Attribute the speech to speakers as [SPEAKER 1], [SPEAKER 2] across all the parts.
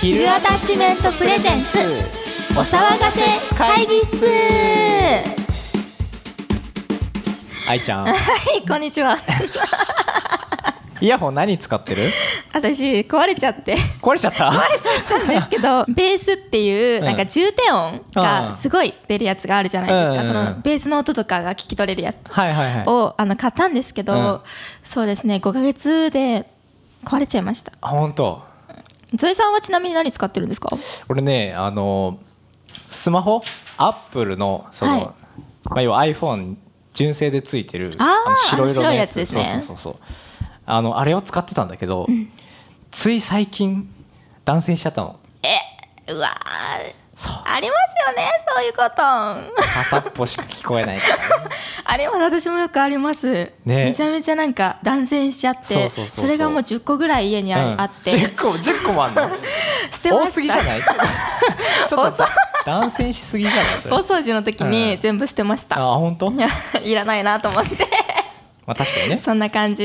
[SPEAKER 1] ヒルアタッチメントプレゼンツお騒がせ会議室
[SPEAKER 2] 愛ちゃん
[SPEAKER 1] はいこんにち は
[SPEAKER 2] イヤホン何使ってる
[SPEAKER 1] 私壊れちゃって
[SPEAKER 2] 壊れちゃった
[SPEAKER 1] 壊れちゃったんですけどベースっていうなんか重低音がすごい出るやつがあるじゃないですか、
[SPEAKER 2] うん
[SPEAKER 1] そのベースの音とかが聞き取れるやつ
[SPEAKER 2] はいはいはい
[SPEAKER 1] をあの買ったんですけど、
[SPEAKER 2] うん
[SPEAKER 1] そうですね5ヶ月で壊れちゃいました
[SPEAKER 2] あ本当
[SPEAKER 1] ゾイさんはちなみに何使ってるんですか
[SPEAKER 2] 俺ねあのスマホアップルのその、
[SPEAKER 1] はい
[SPEAKER 2] まあ、要は iPhone 純正でついてる
[SPEAKER 1] あー
[SPEAKER 2] の
[SPEAKER 1] あの白いやつですね
[SPEAKER 2] そうそうそうそうあのあれを使ってたんだけど、つい最近断線しちゃったの
[SPEAKER 1] えうわー
[SPEAKER 2] そう
[SPEAKER 1] ありますよねそういうことあ
[SPEAKER 2] 片っぽしか聞こえ ないからね
[SPEAKER 1] れは私もよくあります、
[SPEAKER 2] ね
[SPEAKER 1] めちゃめちゃなんか断線しちゃって
[SPEAKER 2] そうそうそうそう
[SPEAKER 1] れがもう10個ぐらい家にあ,、
[SPEAKER 2] うん
[SPEAKER 1] あ って
[SPEAKER 2] 10個10個もあんの
[SPEAKER 1] してました
[SPEAKER 2] 多すぎじゃない ちょっと
[SPEAKER 1] 遅い
[SPEAKER 2] 断線しすぎじゃないそれ
[SPEAKER 1] 大掃除の時に
[SPEAKER 2] うん
[SPEAKER 1] 全部してました、
[SPEAKER 2] あ本当
[SPEAKER 1] いや いらないなと思って
[SPEAKER 2] まあ確かにね
[SPEAKER 1] そんな感じ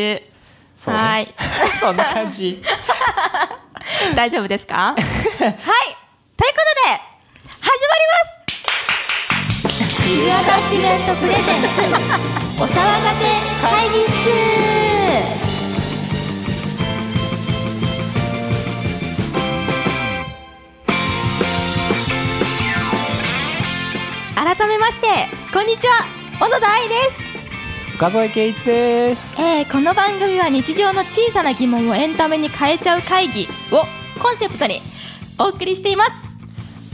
[SPEAKER 2] ね
[SPEAKER 1] はーい
[SPEAKER 2] そんな感じ
[SPEAKER 1] 大丈夫ですかはいということで始まりますビルアタッチメントプレゼンツお騒がせ会議室改めましてこんにちは小野田愛です
[SPEAKER 2] 岡添圭一です
[SPEAKER 1] えーこの番組は日常の小さな疑問をエンタメに変えちゃう会議をコンセプトにお送りしています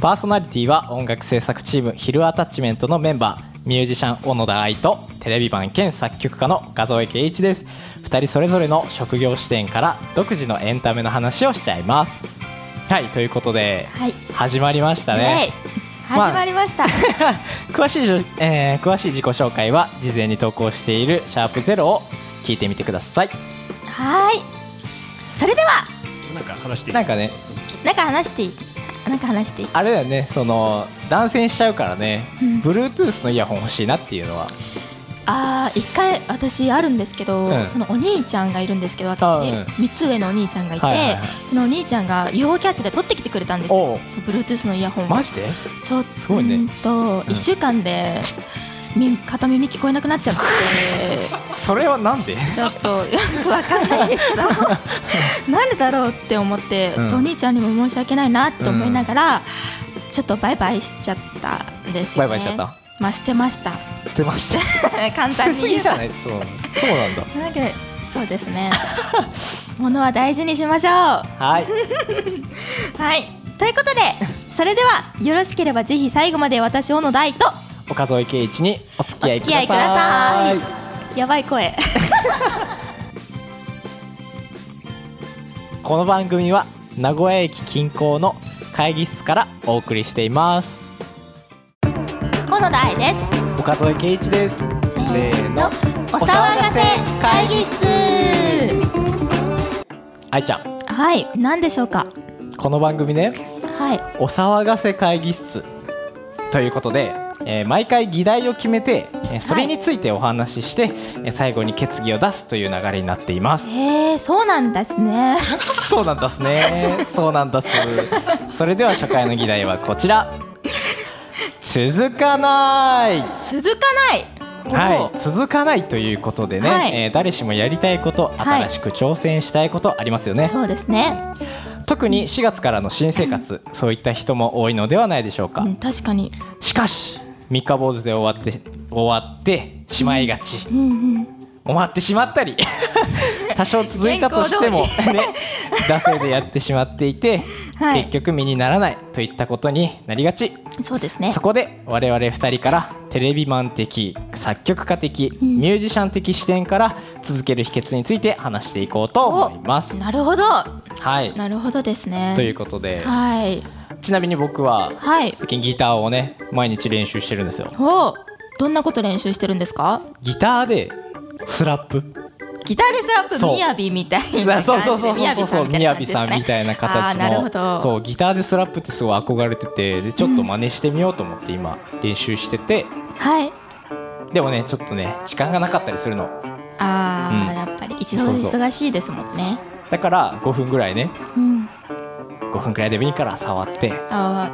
[SPEAKER 2] パーソナリティは音楽制作チームヒルアタッチメントのメンバーミュージシャン小野田愛とテレビ版兼作曲家の岡添圭一です2人それぞれの職業視点から独自のエンタメの話をしちゃいますはいということで
[SPEAKER 1] はい、
[SPEAKER 2] 始まりました
[SPEAKER 1] イエ
[SPEAKER 2] ね
[SPEAKER 1] イ
[SPEAKER 2] まあ
[SPEAKER 1] 始まりました、
[SPEAKER 2] 詳しいじょ、えー詳しい自己紹介は事前に投稿している「シャープゼロを聞いてみてください
[SPEAKER 1] はーいそれでは
[SPEAKER 3] なんか話していい
[SPEAKER 2] なんかね
[SPEAKER 1] なんか話していいなんか話していい
[SPEAKER 2] あれだよねその断線しちゃうからね、
[SPEAKER 1] うん
[SPEAKER 2] Bluetooth のイヤホン欲しいなっていうのは
[SPEAKER 1] あー一回私あるんですけど、
[SPEAKER 2] うん
[SPEAKER 1] そのお兄ちゃんがいるんですけど
[SPEAKER 2] あ
[SPEAKER 1] 私、
[SPEAKER 2] うん
[SPEAKER 1] 三つ上のお兄ちゃんがいて、
[SPEAKER 2] はいはいはい
[SPEAKER 1] そのお兄ちゃんが UFO キャッチで取ってきてくれたんです
[SPEAKER 2] お
[SPEAKER 1] よ
[SPEAKER 2] う
[SPEAKER 1] そう Bluetooth のイヤホンを
[SPEAKER 2] マジですごいね
[SPEAKER 1] と
[SPEAKER 2] うん
[SPEAKER 1] 1週間で耳片耳聞こえなくなっちゃって
[SPEAKER 2] それはなんで
[SPEAKER 1] ちょっとよくわかんないんですけど なんでだろうって思って、
[SPEAKER 2] うん
[SPEAKER 1] ちょっとお兄ちゃんにも申し訳ないなって思いながら、ちょっとバイバイしちゃったんですよ、ね、
[SPEAKER 2] バイバイしちゃった
[SPEAKER 1] まあしてました
[SPEAKER 2] 捨てました
[SPEAKER 1] 簡
[SPEAKER 2] 捨て
[SPEAKER 1] 単
[SPEAKER 2] す
[SPEAKER 1] に言
[SPEAKER 2] ぎ
[SPEAKER 1] え
[SPEAKER 2] じゃ
[SPEAKER 1] ば
[SPEAKER 2] ないそうそうなんだ
[SPEAKER 1] なんかそうですね物は大事にしましょう
[SPEAKER 2] はい
[SPEAKER 1] はいということでそれではよろしければぜひ最後まで私小野大と
[SPEAKER 2] 岡添圭一にお付き合いく
[SPEAKER 1] お付き合
[SPEAKER 2] だ
[SPEAKER 1] いくださ
[SPEAKER 2] さ
[SPEAKER 1] い
[SPEAKER 2] い
[SPEAKER 1] やばい声
[SPEAKER 2] この番組は名古屋駅近郊の会議室からお送りしています
[SPEAKER 1] 小野田愛です
[SPEAKER 2] 岡添圭一ですせーの
[SPEAKER 1] お騒がせ会議室
[SPEAKER 2] 愛ちゃん
[SPEAKER 1] はい何でしょうか
[SPEAKER 2] この番組ね
[SPEAKER 1] はい
[SPEAKER 2] お騒がせ会議室ということで、えー毎回議題を決めて、えーそれについてお話しして、えー最後に決議を出すという流れになっています
[SPEAKER 1] へえそうなんですね
[SPEAKER 2] そうなんだっすね そうなんだっすそれでは初回の議題はこちら続かない
[SPEAKER 1] 続かない
[SPEAKER 2] はい、続かないということでね、
[SPEAKER 1] はい
[SPEAKER 2] えー誰しもやりたいこと
[SPEAKER 1] はい
[SPEAKER 2] 新しく挑戦したいことありますよね、
[SPEAKER 1] そうですね、
[SPEAKER 2] 特に4月からの新生活そういった人も多いのではないでしょうか、
[SPEAKER 1] うん、確かに
[SPEAKER 2] しかし三日坊主で終わって終わってしまいがち、
[SPEAKER 1] うんうん
[SPEAKER 2] 終わってしま ったり多少続いたとしても、ね
[SPEAKER 1] 健、
[SPEAKER 2] 惰性でやってしまっていて、
[SPEAKER 1] はい
[SPEAKER 2] 結局身にならないといったことになりがち
[SPEAKER 1] そうですね
[SPEAKER 2] そこで我々2人からテレビマン的作曲家的、
[SPEAKER 1] うん
[SPEAKER 2] ミュージシャン的視点から続ける秘訣について話していこうと思います。
[SPEAKER 1] なるほど
[SPEAKER 2] はい、
[SPEAKER 1] なるほどですね
[SPEAKER 2] ということで
[SPEAKER 1] はい
[SPEAKER 2] ちなみに僕は
[SPEAKER 1] はい
[SPEAKER 2] 最近ギターをね毎日練習してるんですよ。
[SPEAKER 1] おどんなこと練習してるんですか
[SPEAKER 2] ギターでスラップ
[SPEAKER 1] ギターでスラップ
[SPEAKER 2] そう
[SPEAKER 1] みやびみたい
[SPEAKER 2] そう
[SPEAKER 1] な
[SPEAKER 2] そう
[SPEAKER 1] 感
[SPEAKER 2] そう
[SPEAKER 1] じ
[SPEAKER 2] そう
[SPEAKER 1] でみやびさ
[SPEAKER 2] そうみやびさ
[SPEAKER 1] んみたいな感じです
[SPEAKER 2] んみ
[SPEAKER 1] ね
[SPEAKER 2] たいな
[SPEAKER 1] あ
[SPEAKER 2] 形
[SPEAKER 1] ーなるほど
[SPEAKER 2] のそうギターでスラップってすごい憧れててでちょっと真似してみようと思って今練習してて
[SPEAKER 1] はい
[SPEAKER 2] でもねちょっとね時間がなかったりするの
[SPEAKER 1] あー、
[SPEAKER 2] うん
[SPEAKER 1] やっぱり一度忙しいですもんね
[SPEAKER 2] だから5分ぐらいね
[SPEAKER 1] うん
[SPEAKER 2] 5分くらいでもいいから触って
[SPEAKER 1] あ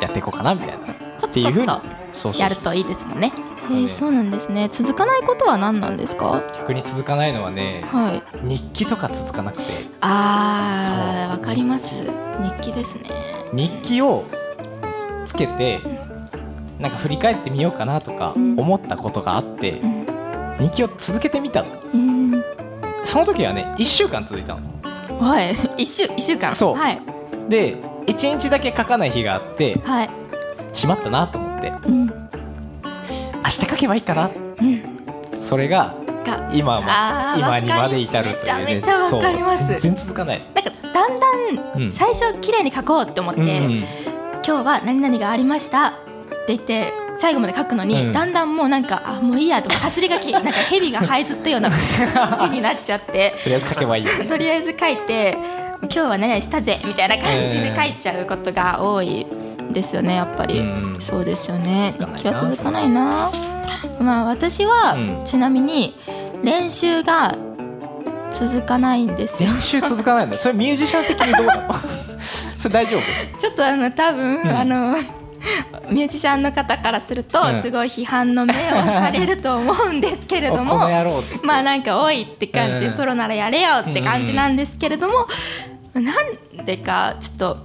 [SPEAKER 2] やっていこうかなみたいなっ
[SPEAKER 1] あコ
[SPEAKER 2] て
[SPEAKER 1] ツ
[SPEAKER 2] い
[SPEAKER 1] コ
[SPEAKER 2] うふう
[SPEAKER 1] ツ
[SPEAKER 2] に
[SPEAKER 1] と
[SPEAKER 2] そうそうそう
[SPEAKER 1] やるといいですもんねへ
[SPEAKER 2] ね
[SPEAKER 1] えそうなんですね続かないことは何なんですか
[SPEAKER 2] 逆に続かないのはね
[SPEAKER 1] はい
[SPEAKER 2] 日記とか続かなくて
[SPEAKER 1] あー
[SPEAKER 2] そう
[SPEAKER 1] わかります日記ですね
[SPEAKER 2] 日記をつけてなんか振り返ってみようかなとか
[SPEAKER 1] うん
[SPEAKER 2] 思ったことがあって
[SPEAKER 1] うん
[SPEAKER 2] 日記を続けてみたの
[SPEAKER 1] うん
[SPEAKER 2] その時はね1週間続いたの
[SPEAKER 1] はい一週一週間
[SPEAKER 2] そう
[SPEAKER 1] はい
[SPEAKER 2] で1日だけ書かない日があって
[SPEAKER 1] はい
[SPEAKER 2] しまったなと思って
[SPEAKER 1] うん
[SPEAKER 2] 明日書けばいいかな
[SPEAKER 1] うん
[SPEAKER 2] それが
[SPEAKER 1] が
[SPEAKER 2] 今
[SPEAKER 1] あ
[SPEAKER 2] は
[SPEAKER 1] ー
[SPEAKER 2] 今にま
[SPEAKER 1] わか
[SPEAKER 2] で
[SPEAKER 1] り
[SPEAKER 2] 至るというね
[SPEAKER 1] めちゃめちゃわかります
[SPEAKER 2] そう全然続かない、
[SPEAKER 1] なんかだんだん
[SPEAKER 2] うん
[SPEAKER 1] 最初綺麗に書こうって思って、
[SPEAKER 2] うん
[SPEAKER 1] 今日は何々がありましたって言って最後まで書くのに、
[SPEAKER 2] うん
[SPEAKER 1] だんだんもうなんかあもういい やと思って走り書きなんか蛇が這いずったような字になっちゃ って
[SPEAKER 2] とりあえず書けばいいよね
[SPEAKER 1] とりあえず書いて今日は何々したぜみたいな感じで書いちゃうことが多いですよねやっぱり、
[SPEAKER 2] うん
[SPEAKER 1] そうですよね
[SPEAKER 2] 続かないな
[SPEAKER 1] 日記は続かないなまあ私は、
[SPEAKER 2] うん
[SPEAKER 1] ちなみに練習が続かないんですよ
[SPEAKER 2] 練習続かないのそれミュージシャン的にどうなの それ大丈夫
[SPEAKER 1] ちょっとあの多分、
[SPEAKER 2] ん
[SPEAKER 1] あのミュージシャンの方からすると、
[SPEAKER 2] うん
[SPEAKER 1] すごい批判の目をされると思うんですけれど
[SPEAKER 2] おこ
[SPEAKER 1] も
[SPEAKER 2] の野郎って
[SPEAKER 1] まあなんか「おい!」って感じ、
[SPEAKER 2] うん
[SPEAKER 1] プロならやれよって感じなんですけれども、なんでかちょっと。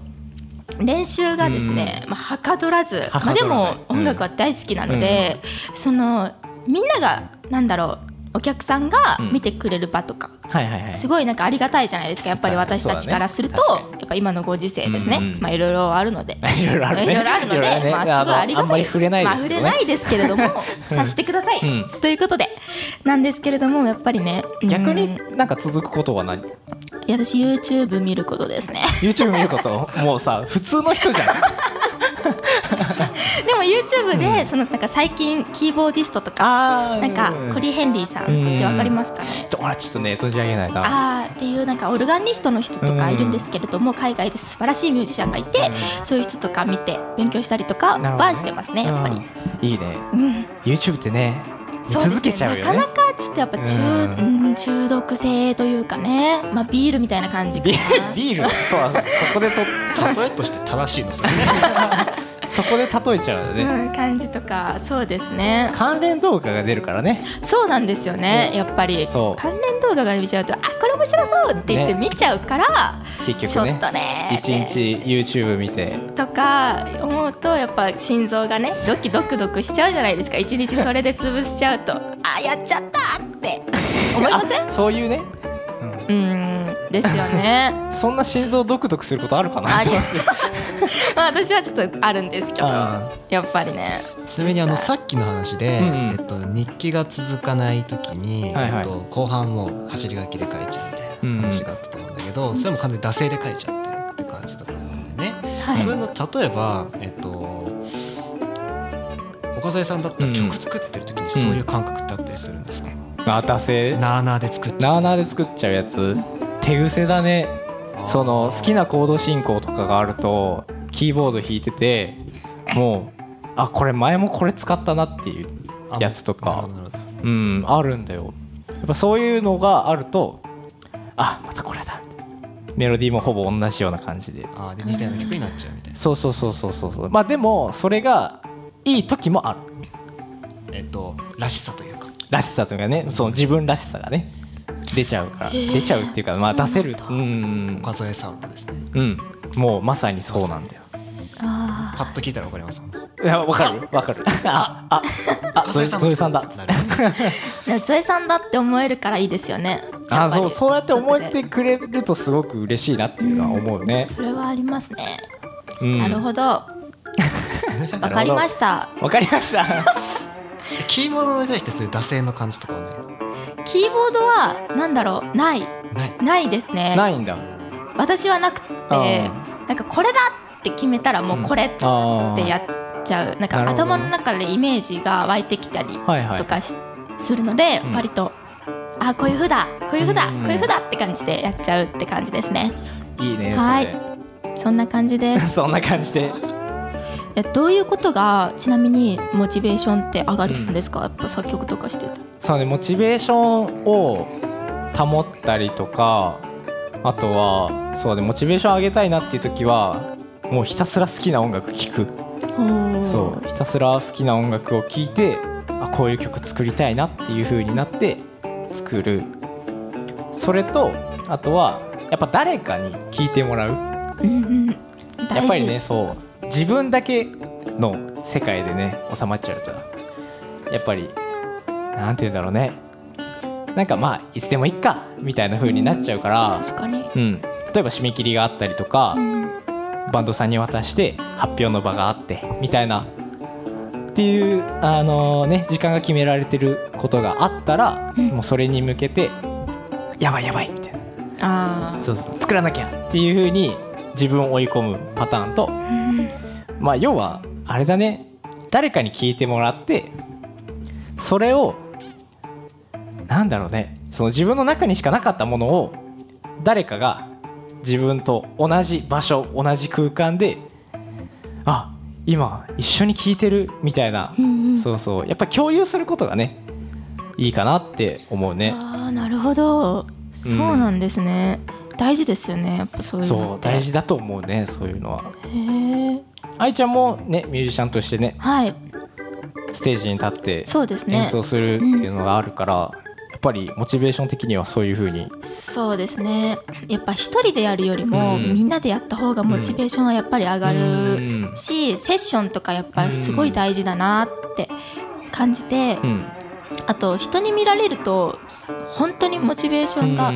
[SPEAKER 1] 練習がですね、まあ、はかどらず
[SPEAKER 2] は
[SPEAKER 1] ま
[SPEAKER 2] かど
[SPEAKER 1] あ、で
[SPEAKER 2] らない
[SPEAKER 1] も
[SPEAKER 2] うん
[SPEAKER 1] 音楽は大好きなので、そのみんながなんだろうお客さんが見てくれる場とか、
[SPEAKER 2] はいはいはい
[SPEAKER 1] すごいなんかありがたいじゃないですかやっぱり
[SPEAKER 2] はい
[SPEAKER 1] 私たちからすると、
[SPEAKER 2] そうだね確
[SPEAKER 1] やっぱ今のご時世ですね、
[SPEAKER 2] うんうん
[SPEAKER 1] まあいろいろあるので
[SPEAKER 2] いろいろあるね
[SPEAKER 1] いろいろあるので、
[SPEAKER 2] いろいろね
[SPEAKER 1] まあすごいありがたい
[SPEAKER 2] あのあんまり触れないですけどね
[SPEAKER 1] まあ、触れないですけれども 察してください、
[SPEAKER 2] うん
[SPEAKER 1] ということでなんですけれどもやっぱりねうん
[SPEAKER 2] 逆になんか続くことは何
[SPEAKER 1] いや私 YouTube 見ることですね
[SPEAKER 2] YouTube 見ることもうさ普通の人じゃん
[SPEAKER 1] でも YouTube で、そのなんか最近キーボーディストとか
[SPEAKER 2] あー
[SPEAKER 1] なんかコリー・ヘンリーさんってわかりますかね、
[SPEAKER 2] 俺ちょっとね存じ上げないな
[SPEAKER 1] あーっていうなんかオルガニストの人とかいるんですけれども、海外で素晴らしいミュージシャンがいて、そういう人とか見て勉強したりとか
[SPEAKER 2] なるほどね
[SPEAKER 1] はしてますねやっぱり。
[SPEAKER 2] りいいね
[SPEAKER 1] うん、
[SPEAKER 2] YouTube ってね見
[SPEAKER 1] そう
[SPEAKER 2] 続け
[SPEAKER 1] です
[SPEAKER 2] ちゃう
[SPEAKER 1] ね。
[SPEAKER 2] よ
[SPEAKER 1] な
[SPEAKER 2] ね
[SPEAKER 1] かなかちょっとやっぱ中、
[SPEAKER 2] う
[SPEAKER 1] うん、中毒性というかね、まあビールみたいな感じか
[SPEAKER 2] ビ
[SPEAKER 1] な。
[SPEAKER 2] ールビールそうだそこで
[SPEAKER 3] 例えとして正しいのそれ
[SPEAKER 2] と そこで例えちゃうよね、
[SPEAKER 1] うん、感じとかそうですね
[SPEAKER 2] 関連動画が出るからね
[SPEAKER 1] そうなんですよねやっぱり
[SPEAKER 2] そ
[SPEAKER 1] 関
[SPEAKER 2] う
[SPEAKER 1] 連動画が見ちゃうとあこれ面白そうって言って
[SPEAKER 2] ね
[SPEAKER 1] 見ちゃうから、
[SPEAKER 2] 結
[SPEAKER 1] ちょ
[SPEAKER 2] 局
[SPEAKER 1] っ
[SPEAKER 2] ね
[SPEAKER 1] とね
[SPEAKER 2] 一日 YouTube 見て
[SPEAKER 1] とか思うとやっぱ心臓がねドキドクドクしちゃうじゃないですか一日それで潰しちゃう とあやっちゃったって思いません
[SPEAKER 2] あそういうね
[SPEAKER 1] うーんですよね
[SPEAKER 2] そんな心臓ドクドクすることあるかな
[SPEAKER 1] あり まあ 私はちょっとあるんですけど
[SPEAKER 2] あ
[SPEAKER 1] やっぱりね
[SPEAKER 3] ちなみにあのさっきの話で、
[SPEAKER 2] うんうん
[SPEAKER 3] えっと、日記が続かない時に、
[SPEAKER 2] はいはい
[SPEAKER 3] えっと、後半も走り書きで書いちゃうみたいな話があったと思うんだけど、それも完全に惰性で書いちゃってるって感じだと思うんでね、
[SPEAKER 1] はい
[SPEAKER 3] そういうの例えばえっと岡添さんだったら曲作ってる時にそういう感覚ってあったりするんですか、
[SPEAKER 2] あ惰性
[SPEAKER 3] なあなあで作っちゃ
[SPEAKER 2] な
[SPEAKER 3] う
[SPEAKER 2] あなあで作っちゃうやつ手癖だねその好きなコード進行とかがあるとキーボード弾いててもうあこれ前もこれ使ったなっていうやつと
[SPEAKER 3] なる
[SPEAKER 2] か
[SPEAKER 3] ほどなるほど
[SPEAKER 2] うんあるんだよやっぱそういうのがあるとあまたこれだメロディーもほぼ同じような感じで
[SPEAKER 3] あーで似たような曲になっちゃうみたいな
[SPEAKER 2] そうそうそうそうそうそうまあでもそれがいい時もある
[SPEAKER 3] えっとらしさというから
[SPEAKER 2] しさというかねその自分らしさがね出ちゃうから
[SPEAKER 1] ー
[SPEAKER 2] 出ちゃうっていうかまあ出せる
[SPEAKER 1] そううなん
[SPEAKER 3] 岡添さんもですね
[SPEAKER 2] うんもうまさにそうなんだよ
[SPEAKER 1] あ
[SPEAKER 3] パッと聞いたらわかりますもん
[SPEAKER 2] いやわかるわかるあああ
[SPEAKER 3] 岡
[SPEAKER 2] ゾエ
[SPEAKER 3] 添さん
[SPEAKER 2] ゾエさんだ
[SPEAKER 3] なるほど
[SPEAKER 1] ーでもゾエさんだって思えるからいいですよね
[SPEAKER 2] あそうそうやって思え
[SPEAKER 1] って
[SPEAKER 2] くれるとすごく嬉しいなっていうのは思うね、
[SPEAKER 1] それはありますね、
[SPEAKER 2] うん
[SPEAKER 1] なる ほどわ
[SPEAKER 2] ど
[SPEAKER 1] かりました
[SPEAKER 2] わかりました
[SPEAKER 3] キーボードに対してそういう惰性の感じとかは
[SPEAKER 1] キーボードはなんだろうない
[SPEAKER 3] ないない
[SPEAKER 1] ないですね
[SPEAKER 2] ないんだ
[SPEAKER 1] 私はなくて
[SPEAKER 2] あ
[SPEAKER 1] なんかこれだって決めたらもうこれって
[SPEAKER 2] あー
[SPEAKER 1] やっちゃうなん
[SPEAKER 2] な
[SPEAKER 1] か
[SPEAKER 2] るほど
[SPEAKER 1] 頭の中でイメージが湧いてきたり
[SPEAKER 2] はいはい
[SPEAKER 1] とかしするので
[SPEAKER 2] うん
[SPEAKER 1] 割と、あこういうふうだこういうふうだ
[SPEAKER 2] う
[SPEAKER 1] こ
[SPEAKER 2] ん
[SPEAKER 1] ういうふうだって感じでやっちゃうって感じですね
[SPEAKER 2] いいね
[SPEAKER 1] は
[SPEAKER 2] そ
[SPEAKER 1] そんな感じで
[SPEAKER 2] れ
[SPEAKER 1] す
[SPEAKER 2] そんな感じで
[SPEAKER 1] えどういうことがちなみにモチベーションって上がるんですか、やっぱ作曲とかしてて
[SPEAKER 2] そうねモチベーションを保ったりとかあとはそうでモチベーション上げたいなっていう時はもうひたすら好きな音楽聴くそうひたすら好きな音楽を聴いてあこういう曲作りたいなっていう風になって作るそれとあとはやっぱ誰かに聴いてもらう
[SPEAKER 1] う、うんうん、大事
[SPEAKER 2] やっぱりねそう自分だけの世界でね収まっちゃうとやっぱりなんて言うんだろうねなんかまあいつでもいっかみたいな風になっちゃうから、
[SPEAKER 1] 確かに、
[SPEAKER 2] うん、例えば締め切りがあったりとか、
[SPEAKER 1] うん
[SPEAKER 2] バンドさんに渡して発表の場があってみたいなっていう、あのね、時間が決められてることがあったら、
[SPEAKER 1] うん
[SPEAKER 2] もうそれに向けてやばいやばいみたいな
[SPEAKER 1] あ
[SPEAKER 2] そうそう作らなきゃっていう風に自分を追い込むパターンと
[SPEAKER 1] あ、うん
[SPEAKER 2] まあ要はあれだね誰かに聞いてもらってそれをなんだろうねその自分の中にしかなかったものを誰かが自分と同じ場所同じ空間であ今一緒に聞いてるみたいな、
[SPEAKER 1] うんうん
[SPEAKER 2] そうそうやっぱ共有することがねいいかなって思うね。
[SPEAKER 1] ああなるほどそうなんですね、大事ですよねやっぱそういうの
[SPEAKER 2] そう
[SPEAKER 1] って
[SPEAKER 2] 大事だと思うねそういうのは。
[SPEAKER 1] へえ
[SPEAKER 2] 愛ちゃんもねミュージシャンとしてね
[SPEAKER 1] はい
[SPEAKER 2] ステージに立って
[SPEAKER 1] そうですね
[SPEAKER 2] 演奏するっていうのがあるから、やっぱりモチベーション的にはそういうふうに
[SPEAKER 1] そうですねやっぱ一人でやるよりも、
[SPEAKER 2] うん
[SPEAKER 1] みんなでやった方がモチベーションはやっぱり上がるし、セッションとかやっぱりすごい大事だなって感じて、
[SPEAKER 2] うん
[SPEAKER 1] あと人に見られると本当にモチベーションが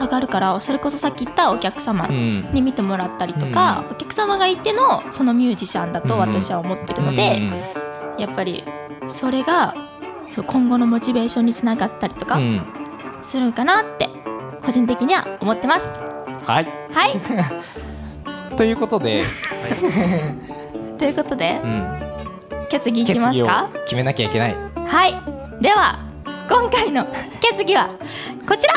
[SPEAKER 1] 上がるから、それこそさっき言ったお客様
[SPEAKER 2] うん
[SPEAKER 1] に見てもらったりとか、お客様がいてのそのミュージシャンだと
[SPEAKER 2] うん
[SPEAKER 1] 私は思ってるので、やっぱりそれがそう今後のモチベーションにつながったりと
[SPEAKER 2] う
[SPEAKER 1] か
[SPEAKER 2] ん
[SPEAKER 1] するのかなって個人的には思ってます。
[SPEAKER 2] はい
[SPEAKER 1] はい
[SPEAKER 2] ということ で、
[SPEAKER 1] ということで
[SPEAKER 2] うん、
[SPEAKER 1] 決議いきますか
[SPEAKER 2] 決めなきゃいけない
[SPEAKER 1] はいでは今回の 決議はこちら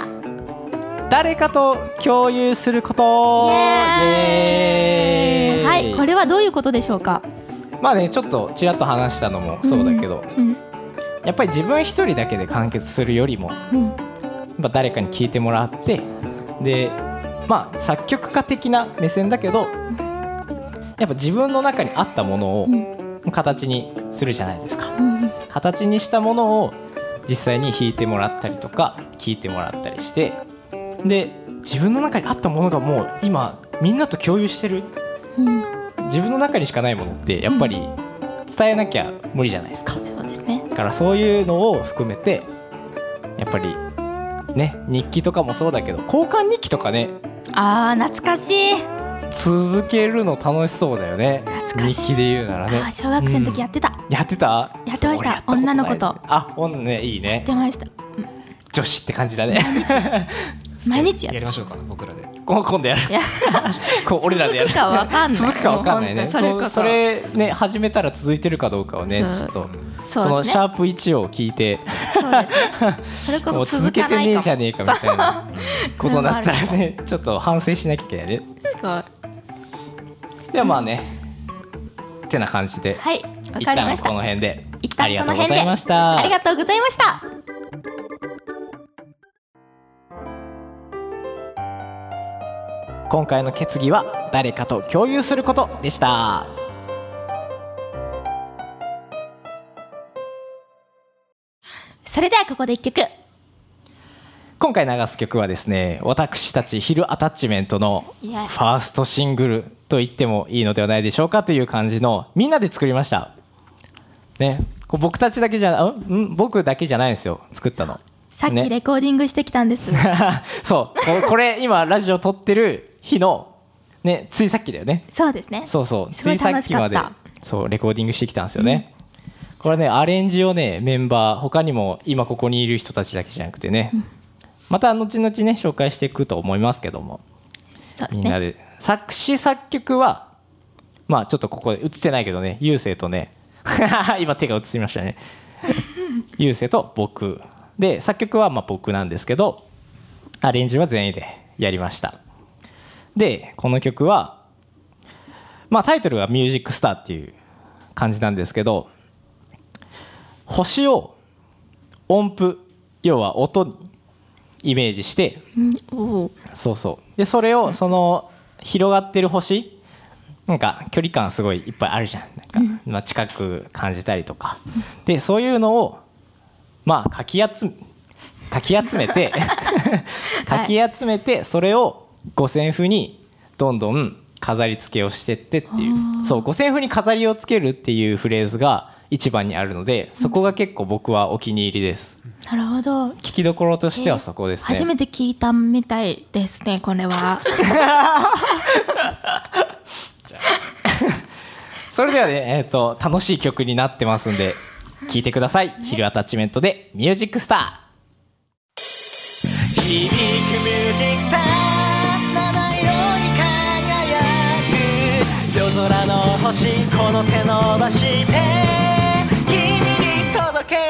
[SPEAKER 2] 誰かと共有すること
[SPEAKER 1] イ
[SPEAKER 2] イエーイ
[SPEAKER 1] はいこれはどういうことでしょうか
[SPEAKER 2] まあねちょっとちらっと話したのもそうだけど、
[SPEAKER 1] うん
[SPEAKER 2] やっぱり自分一人だけで完結するよりも
[SPEAKER 1] うん
[SPEAKER 2] まあ、誰かに聞いてもらってで、まあ、作曲家的な目線だけどやっぱ自分の中にあったもの
[SPEAKER 1] う
[SPEAKER 2] を
[SPEAKER 1] ん
[SPEAKER 2] 形にするじゃないですか
[SPEAKER 1] うん
[SPEAKER 2] 形にしたものを実際に弾いてもらったりとか聞いてもらったりしてで自分の中にあったものがもう今みんなと共有してる
[SPEAKER 1] うん
[SPEAKER 2] 自分の中にしかないものってやっぱり伝えなきゃ無理じゃないですか
[SPEAKER 1] そうですね
[SPEAKER 2] だからそういうのを含めてやっぱりね日記とかもそうだけど交換日記とかね
[SPEAKER 1] あー懐かしい
[SPEAKER 2] 続けるの楽しそうだよね
[SPEAKER 1] 懐かしい
[SPEAKER 2] 日記で言うな
[SPEAKER 1] あ
[SPEAKER 2] ら
[SPEAKER 1] ー
[SPEAKER 2] ね
[SPEAKER 1] 小学生の時や
[SPEAKER 2] っ
[SPEAKER 1] ってた、
[SPEAKER 2] やってた
[SPEAKER 1] やってまし
[SPEAKER 2] 俺
[SPEAKER 1] た
[SPEAKER 2] やったことない
[SPEAKER 1] 女の子と
[SPEAKER 2] あ女ねいいね
[SPEAKER 1] 出ました
[SPEAKER 2] 女子って感じだね
[SPEAKER 1] 毎日や
[SPEAKER 3] や
[SPEAKER 1] っ
[SPEAKER 3] り
[SPEAKER 1] て
[SPEAKER 3] ましょうか僕らで
[SPEAKER 2] こう今度やる
[SPEAKER 1] いや
[SPEAKER 2] こう俺らでやる
[SPEAKER 1] 続くかわかんない
[SPEAKER 2] 続くかわかんない
[SPEAKER 1] も
[SPEAKER 2] ね
[SPEAKER 1] う本当それこ
[SPEAKER 2] う
[SPEAKER 1] そ
[SPEAKER 2] それね始めたら続いてるかどうかをねち
[SPEAKER 1] そ
[SPEAKER 2] ょ
[SPEAKER 1] う
[SPEAKER 2] っとこ
[SPEAKER 1] そう
[SPEAKER 2] の
[SPEAKER 1] で
[SPEAKER 2] シ
[SPEAKER 1] すね
[SPEAKER 2] ャープ1を聞いて
[SPEAKER 1] そうですねそれこ
[SPEAKER 2] も
[SPEAKER 1] そう
[SPEAKER 2] 続
[SPEAKER 1] 続
[SPEAKER 2] け
[SPEAKER 1] か
[SPEAKER 2] て
[SPEAKER 1] な
[SPEAKER 2] ね
[SPEAKER 1] い
[SPEAKER 2] え
[SPEAKER 1] か
[SPEAKER 2] じゃ
[SPEAKER 1] も
[SPEAKER 2] ねえかみたいなことになったらねちょっと反省しなきゃいけないね
[SPEAKER 1] すごいは
[SPEAKER 2] ではまあね、ってな感じで、
[SPEAKER 1] いわ
[SPEAKER 2] 一
[SPEAKER 1] かりま
[SPEAKER 2] 旦
[SPEAKER 1] した
[SPEAKER 2] この辺で
[SPEAKER 1] 一
[SPEAKER 2] あ
[SPEAKER 1] 旦こ
[SPEAKER 2] りが
[SPEAKER 1] の
[SPEAKER 2] とうご
[SPEAKER 1] 辺
[SPEAKER 2] ざ
[SPEAKER 1] で
[SPEAKER 2] いました
[SPEAKER 1] ありがとうございました
[SPEAKER 2] 今回の決議は誰かと共有することでした
[SPEAKER 1] それではここで一曲
[SPEAKER 2] 今回流す曲はですね私たちヒルアタッチメントのフ
[SPEAKER 1] イエイ
[SPEAKER 2] ァーストシングルと言ってもいいのではないでしょうかという感じのみんなで作りましたねこう僕たちだけじゃんん僕だけじゃないんですよ作ったの
[SPEAKER 1] さっ
[SPEAKER 2] ね
[SPEAKER 1] きレコーディングしてきた んです、
[SPEAKER 2] そうここれ今ラジオ撮ってる日のねついさっきだよね
[SPEAKER 1] そうですね
[SPEAKER 2] そうそう
[SPEAKER 1] すごい
[SPEAKER 2] ついさ
[SPEAKER 1] 楽
[SPEAKER 2] っ
[SPEAKER 1] し
[SPEAKER 2] き
[SPEAKER 1] か
[SPEAKER 2] ま
[SPEAKER 1] っ
[SPEAKER 2] で
[SPEAKER 1] た
[SPEAKER 2] そうレコーディングしてきたんですよね、これねアレンジをねメンバー他にも今ここにいる人たちだけじゃなくてね、また後々ね紹介していくと思いますけども
[SPEAKER 1] そうです
[SPEAKER 2] みんな
[SPEAKER 1] ね
[SPEAKER 2] で作詞作曲はまあちょっとここで映ってないけどね優勢とね 今手が映りましたね 優勢と僕で作曲はまあ僕なんですけどアレンジは全員でやりましたでこの曲はまあタイトルが「ミュージックスター」っていう感じなんですけど星を音符要は音にイメージして
[SPEAKER 1] うんおお
[SPEAKER 2] そうそうでそれをその広がってる星なんか距離感すごいいっぱいあるじゃんなんか、まあ、近く感じたりとかでそういうのをまあかき集めかき集めて かき集めてそれを五線譜にどんどん飾り付けをしてってっていうそう五線譜に飾りをつけるっていうフレーズが一番にあるのでそこが結構僕はお気に入りです
[SPEAKER 1] なるほど
[SPEAKER 2] 聞きどころとしてはそこですね、
[SPEAKER 1] 初めて聞いたみたいですねこれは
[SPEAKER 2] それではね、えっと楽しい曲になってますんで聴いてください「昼アタッチメント」で「ミュージックスター」響くミュージックスター七色に輝く夜空の星この手伸ばして君に届けよ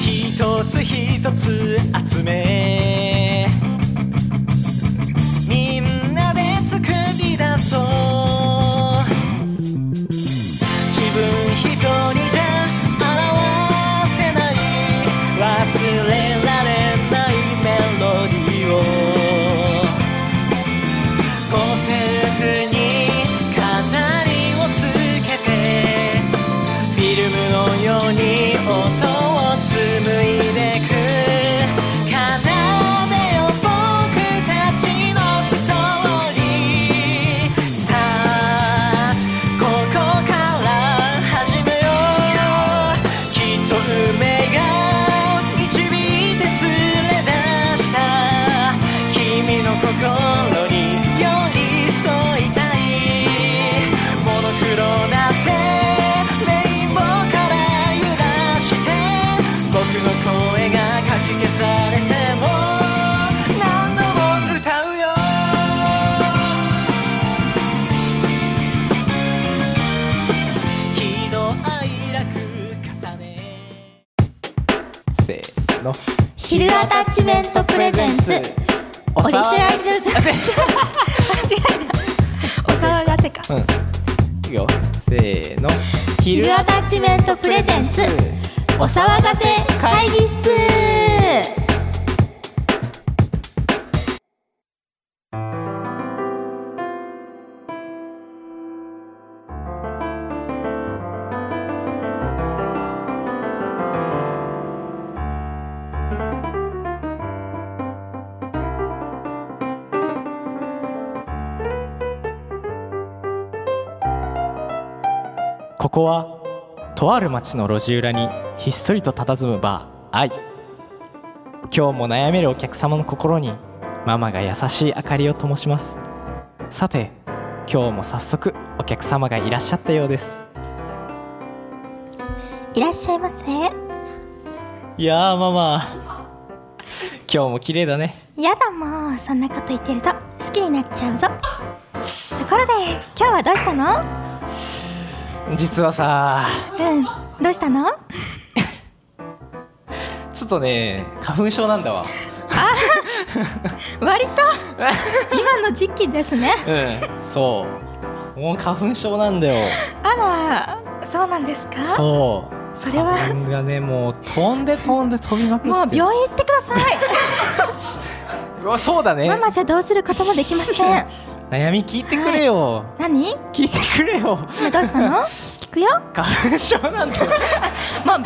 [SPEAKER 4] 一つ一つ集めみんなで作り出そう自分一人じゃ表せない忘れられないメロディーを五線譜に飾りをつけてフィルムのように音を紡いでく奏でよ僕たちのストーリースタートここから始めようきっと梅が導いて連れ出した君の心に寄り添いたいモノクロだってレインボーから揺らして僕の声がかき消されても何度も歌うよ喜怒哀楽重ね
[SPEAKER 2] せーの
[SPEAKER 1] 昼アタッチメントプレゼンツ
[SPEAKER 2] お
[SPEAKER 1] オ
[SPEAKER 2] 騒
[SPEAKER 1] リジ
[SPEAKER 2] が
[SPEAKER 1] ナル間違えたお騒がせか
[SPEAKER 2] うんいいよせーの
[SPEAKER 1] 昼アタッチメントプレゼンツお騒がせ会議室
[SPEAKER 2] ここはとある町の路地裏にひっそりと佇むバー愛今日も悩めるお客様の心にママが優しい明かりを灯しますさて今日も早速お客様がいらっしゃったようです
[SPEAKER 1] いらっしゃいませ
[SPEAKER 2] いやーママ今日も綺麗だね
[SPEAKER 1] やだもうそんなこと言ってると好きになっちゃうぞところで今日はどうしたの
[SPEAKER 2] 実はさ
[SPEAKER 1] うんどうしたの
[SPEAKER 2] ちょっとね花粉症なんだわ
[SPEAKER 1] 割と今の時期ですね
[SPEAKER 2] うんそうもう花粉症なんだよ
[SPEAKER 1] あらそうなんですか
[SPEAKER 2] そう
[SPEAKER 1] それは
[SPEAKER 2] 花粉がねもう飛んで飛んで飛びまくって
[SPEAKER 1] もう病院行ってください
[SPEAKER 2] うわそうだね
[SPEAKER 1] ママじゃどうすることもできませ ん
[SPEAKER 2] 悩み聞いてくれよ、
[SPEAKER 1] 何
[SPEAKER 2] 聞いてくれよ
[SPEAKER 1] 今どうした の聞くよ
[SPEAKER 2] 花粉症なんだよ
[SPEAKER 1] もう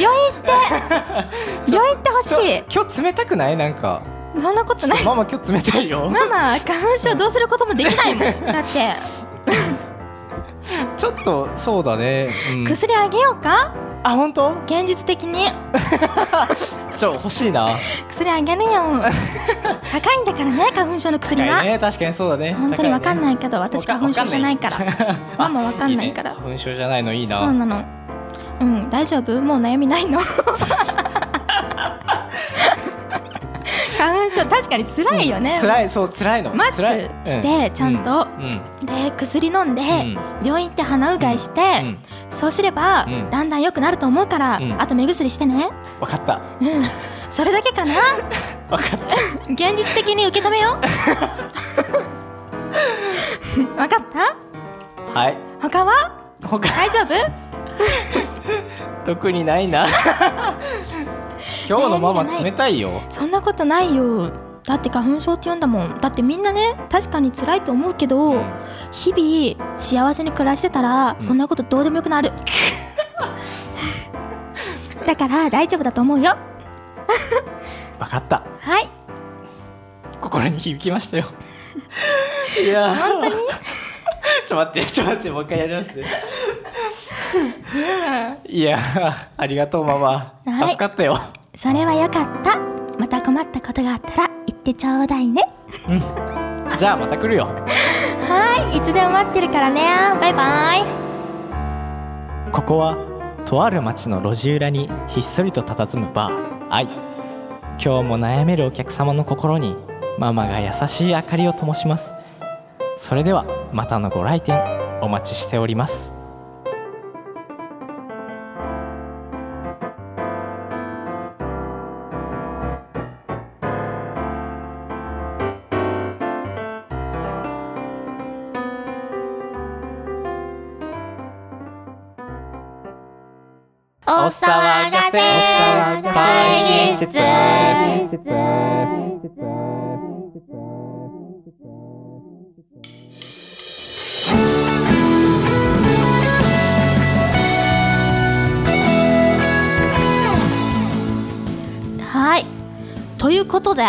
[SPEAKER 1] 病院行って 病院行ってほしい
[SPEAKER 2] 今日冷たくないなんか
[SPEAKER 1] そんなことない
[SPEAKER 2] ママ今日冷たいよ
[SPEAKER 1] ママ花粉症どうすることもできない もんだって
[SPEAKER 2] ちょっとそうだね、うん、
[SPEAKER 1] 薬あげようか
[SPEAKER 2] あ本当
[SPEAKER 1] 現実的に
[SPEAKER 2] ちょ欲しいな
[SPEAKER 1] 薬あげ るよ高いんだからね花粉症の薬
[SPEAKER 2] 高い
[SPEAKER 1] は
[SPEAKER 2] ね確かにそうだね
[SPEAKER 1] 本当にわかん
[SPEAKER 2] い
[SPEAKER 1] ないけど私花粉症じゃないから
[SPEAKER 2] ら
[SPEAKER 1] ママわかんないから
[SPEAKER 2] 花粉症じゃ ないのいいな
[SPEAKER 1] そうなのうん大丈夫もう悩みない の花粉症確かに辛いよね
[SPEAKER 2] 辛いそう辛いの
[SPEAKER 1] マスク
[SPEAKER 2] 辛い
[SPEAKER 1] してちゃんと
[SPEAKER 2] うん、うん
[SPEAKER 1] で薬飲んで、病院行って鼻うがいして、
[SPEAKER 2] うんうん
[SPEAKER 1] そうすれば、
[SPEAKER 2] うん
[SPEAKER 1] だんだん良くなると思うから、
[SPEAKER 2] うん
[SPEAKER 1] あと目薬してね
[SPEAKER 2] 分かった
[SPEAKER 1] うんそれだけかな
[SPEAKER 2] 分かった
[SPEAKER 1] 現実的に受け止めよう分かった
[SPEAKER 2] はい
[SPEAKER 1] 他は
[SPEAKER 2] 他
[SPEAKER 1] 大丈夫
[SPEAKER 2] 特にない な今日のママ冷たいよ
[SPEAKER 1] そんなことないよだって花粉症って言うんだもんだってみんなね確かに辛いと思うけど、日々幸せに暮らしてたら、
[SPEAKER 2] うん
[SPEAKER 1] そんなことどうでもよくなるだから大丈夫だと思うよ
[SPEAKER 2] 分かった
[SPEAKER 1] はい
[SPEAKER 2] 心に響きま したよいや本 当にちょっと待ってちょっと待ってもう一回やります ねいやーありがとうママ、
[SPEAKER 1] はい
[SPEAKER 2] 助かったよ
[SPEAKER 1] それはよかったまた困ったことがあったら言ってちょうだいね
[SPEAKER 2] じゃあまた来るよ
[SPEAKER 1] はいいつでも待ってるからねバイバイ
[SPEAKER 2] ここはとある町の路地裏にひっそりと佇むバー愛今日も悩めるお客様の心にママが優しい明かりを灯しますそれではまたのご来店お待ちしております
[SPEAKER 1] お騒がせ会議室はいということで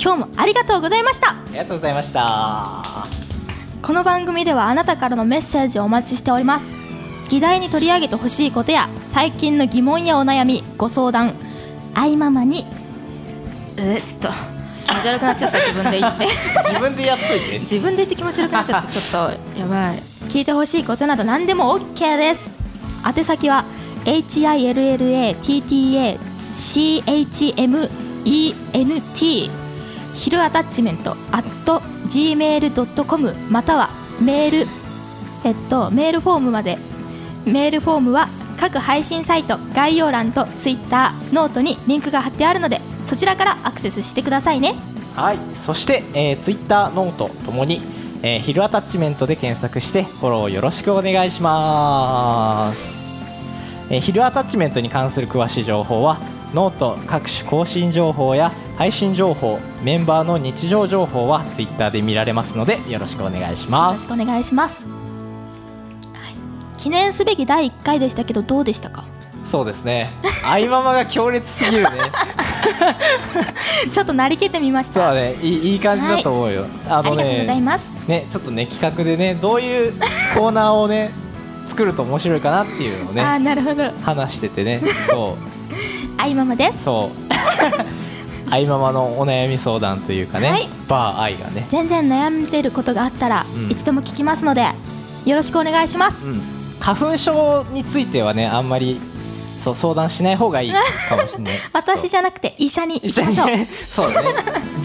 [SPEAKER 1] 今日もありがとうございました
[SPEAKER 2] ありがとうございました
[SPEAKER 1] この番組ではあなたからのメッセージをお待ちしております議題に取り上げてほしいことや最近の疑問やお悩みご相談愛ママにえー、ちょっと気持ち悪くなっちゃった自分で言って
[SPEAKER 2] 自分でやっといて
[SPEAKER 1] 自分で言って気持ち悪くなっちゃったちょっとやばい聞いてほしいことなど何でも OK です宛先は HILLATTACHMENT ヒルアタッチメント at gmail.com またはメールえっとメールフォームまでメールフォームは各配信サイト概要欄とツイッターノートにリンクが貼ってあるのでそちらからアクセスしてくださいね
[SPEAKER 2] はいそして、えー、Twitter ノートともに、えー、ヒルアタッチメントで検索してフォローよろしくお願いします、えー、ヒルアタッチメントに関する詳しい情報はノート各種更新情報や配信情報メンバーの日常情報は Twitter で見られますのでよろしくお願いし
[SPEAKER 1] よ
[SPEAKER 2] ま
[SPEAKER 1] ろ
[SPEAKER 2] す
[SPEAKER 1] しくお願いします、記念すべき第1回でしたけどどうでしたか
[SPEAKER 2] そうですね 愛ママが強烈すぎるね
[SPEAKER 1] ちょっとなりきってみまし
[SPEAKER 2] そう
[SPEAKER 1] た、
[SPEAKER 2] だねいいいい感じだと思うよ、あ
[SPEAKER 1] あり
[SPEAKER 2] の
[SPEAKER 1] がとうござい
[SPEAKER 2] ね
[SPEAKER 1] ます
[SPEAKER 2] ね、ちょっとね企画でねどういうコーナーを ね作ると面白いかなっていうのを
[SPEAKER 1] あー
[SPEAKER 2] ね
[SPEAKER 1] なるほど
[SPEAKER 2] 話しててねそ
[SPEAKER 1] あいままで
[SPEAKER 2] う
[SPEAKER 1] す
[SPEAKER 2] そう 愛ママのお悩み相談というかね、
[SPEAKER 1] はい
[SPEAKER 2] バー愛がね、
[SPEAKER 1] 全然悩んでることがあったら、
[SPEAKER 2] うん
[SPEAKER 1] いつでも聞きますのでよろしくお願いします、
[SPEAKER 2] うん、花粉症についてはねあんまりそう相談しない方がいいかもしれない
[SPEAKER 1] 私
[SPEAKER 2] ゃ
[SPEAKER 1] じゃなくて医者に行きましょう、
[SPEAKER 2] ね、そうだね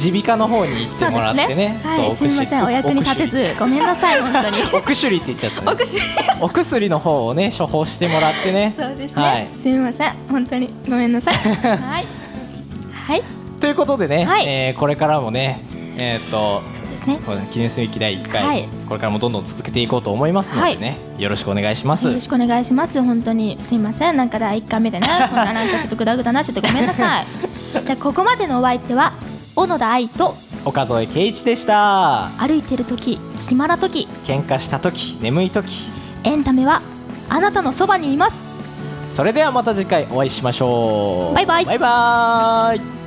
[SPEAKER 2] 耳鼻科の方に行ってもらってね
[SPEAKER 1] は
[SPEAKER 2] そう
[SPEAKER 1] い、すみませんお役に立てずごめんな さい本当に
[SPEAKER 2] お薬って言っちゃった、
[SPEAKER 1] お
[SPEAKER 2] ね、
[SPEAKER 1] 薬
[SPEAKER 2] お薬の方をね処方してもらってね
[SPEAKER 1] そうですね、
[SPEAKER 2] はい
[SPEAKER 1] すみません本当にごめんな さいはいはい
[SPEAKER 2] ということでね、
[SPEAKER 1] はい
[SPEAKER 2] えーこれからもね、えー、と
[SPEAKER 1] そうですね
[SPEAKER 2] この記念すべき第1回、
[SPEAKER 1] はい
[SPEAKER 2] これからもどんどん続けていこうと思いますのでね、よろしくお願いします。
[SPEAKER 1] よろしくお願いします本当にすいませんなんか第1回目でねこんななんかちょっとグダグダなっちゃってごめんなさいでここまでのお相手は小野田愛と
[SPEAKER 2] 岡添圭一でした
[SPEAKER 1] 歩いてる時暇な時
[SPEAKER 2] 喧嘩した時眠い時
[SPEAKER 1] エンタメはあなたのそばにいます
[SPEAKER 2] それではまた次回お会いしましょう
[SPEAKER 1] バイバイ
[SPEAKER 2] バイバイ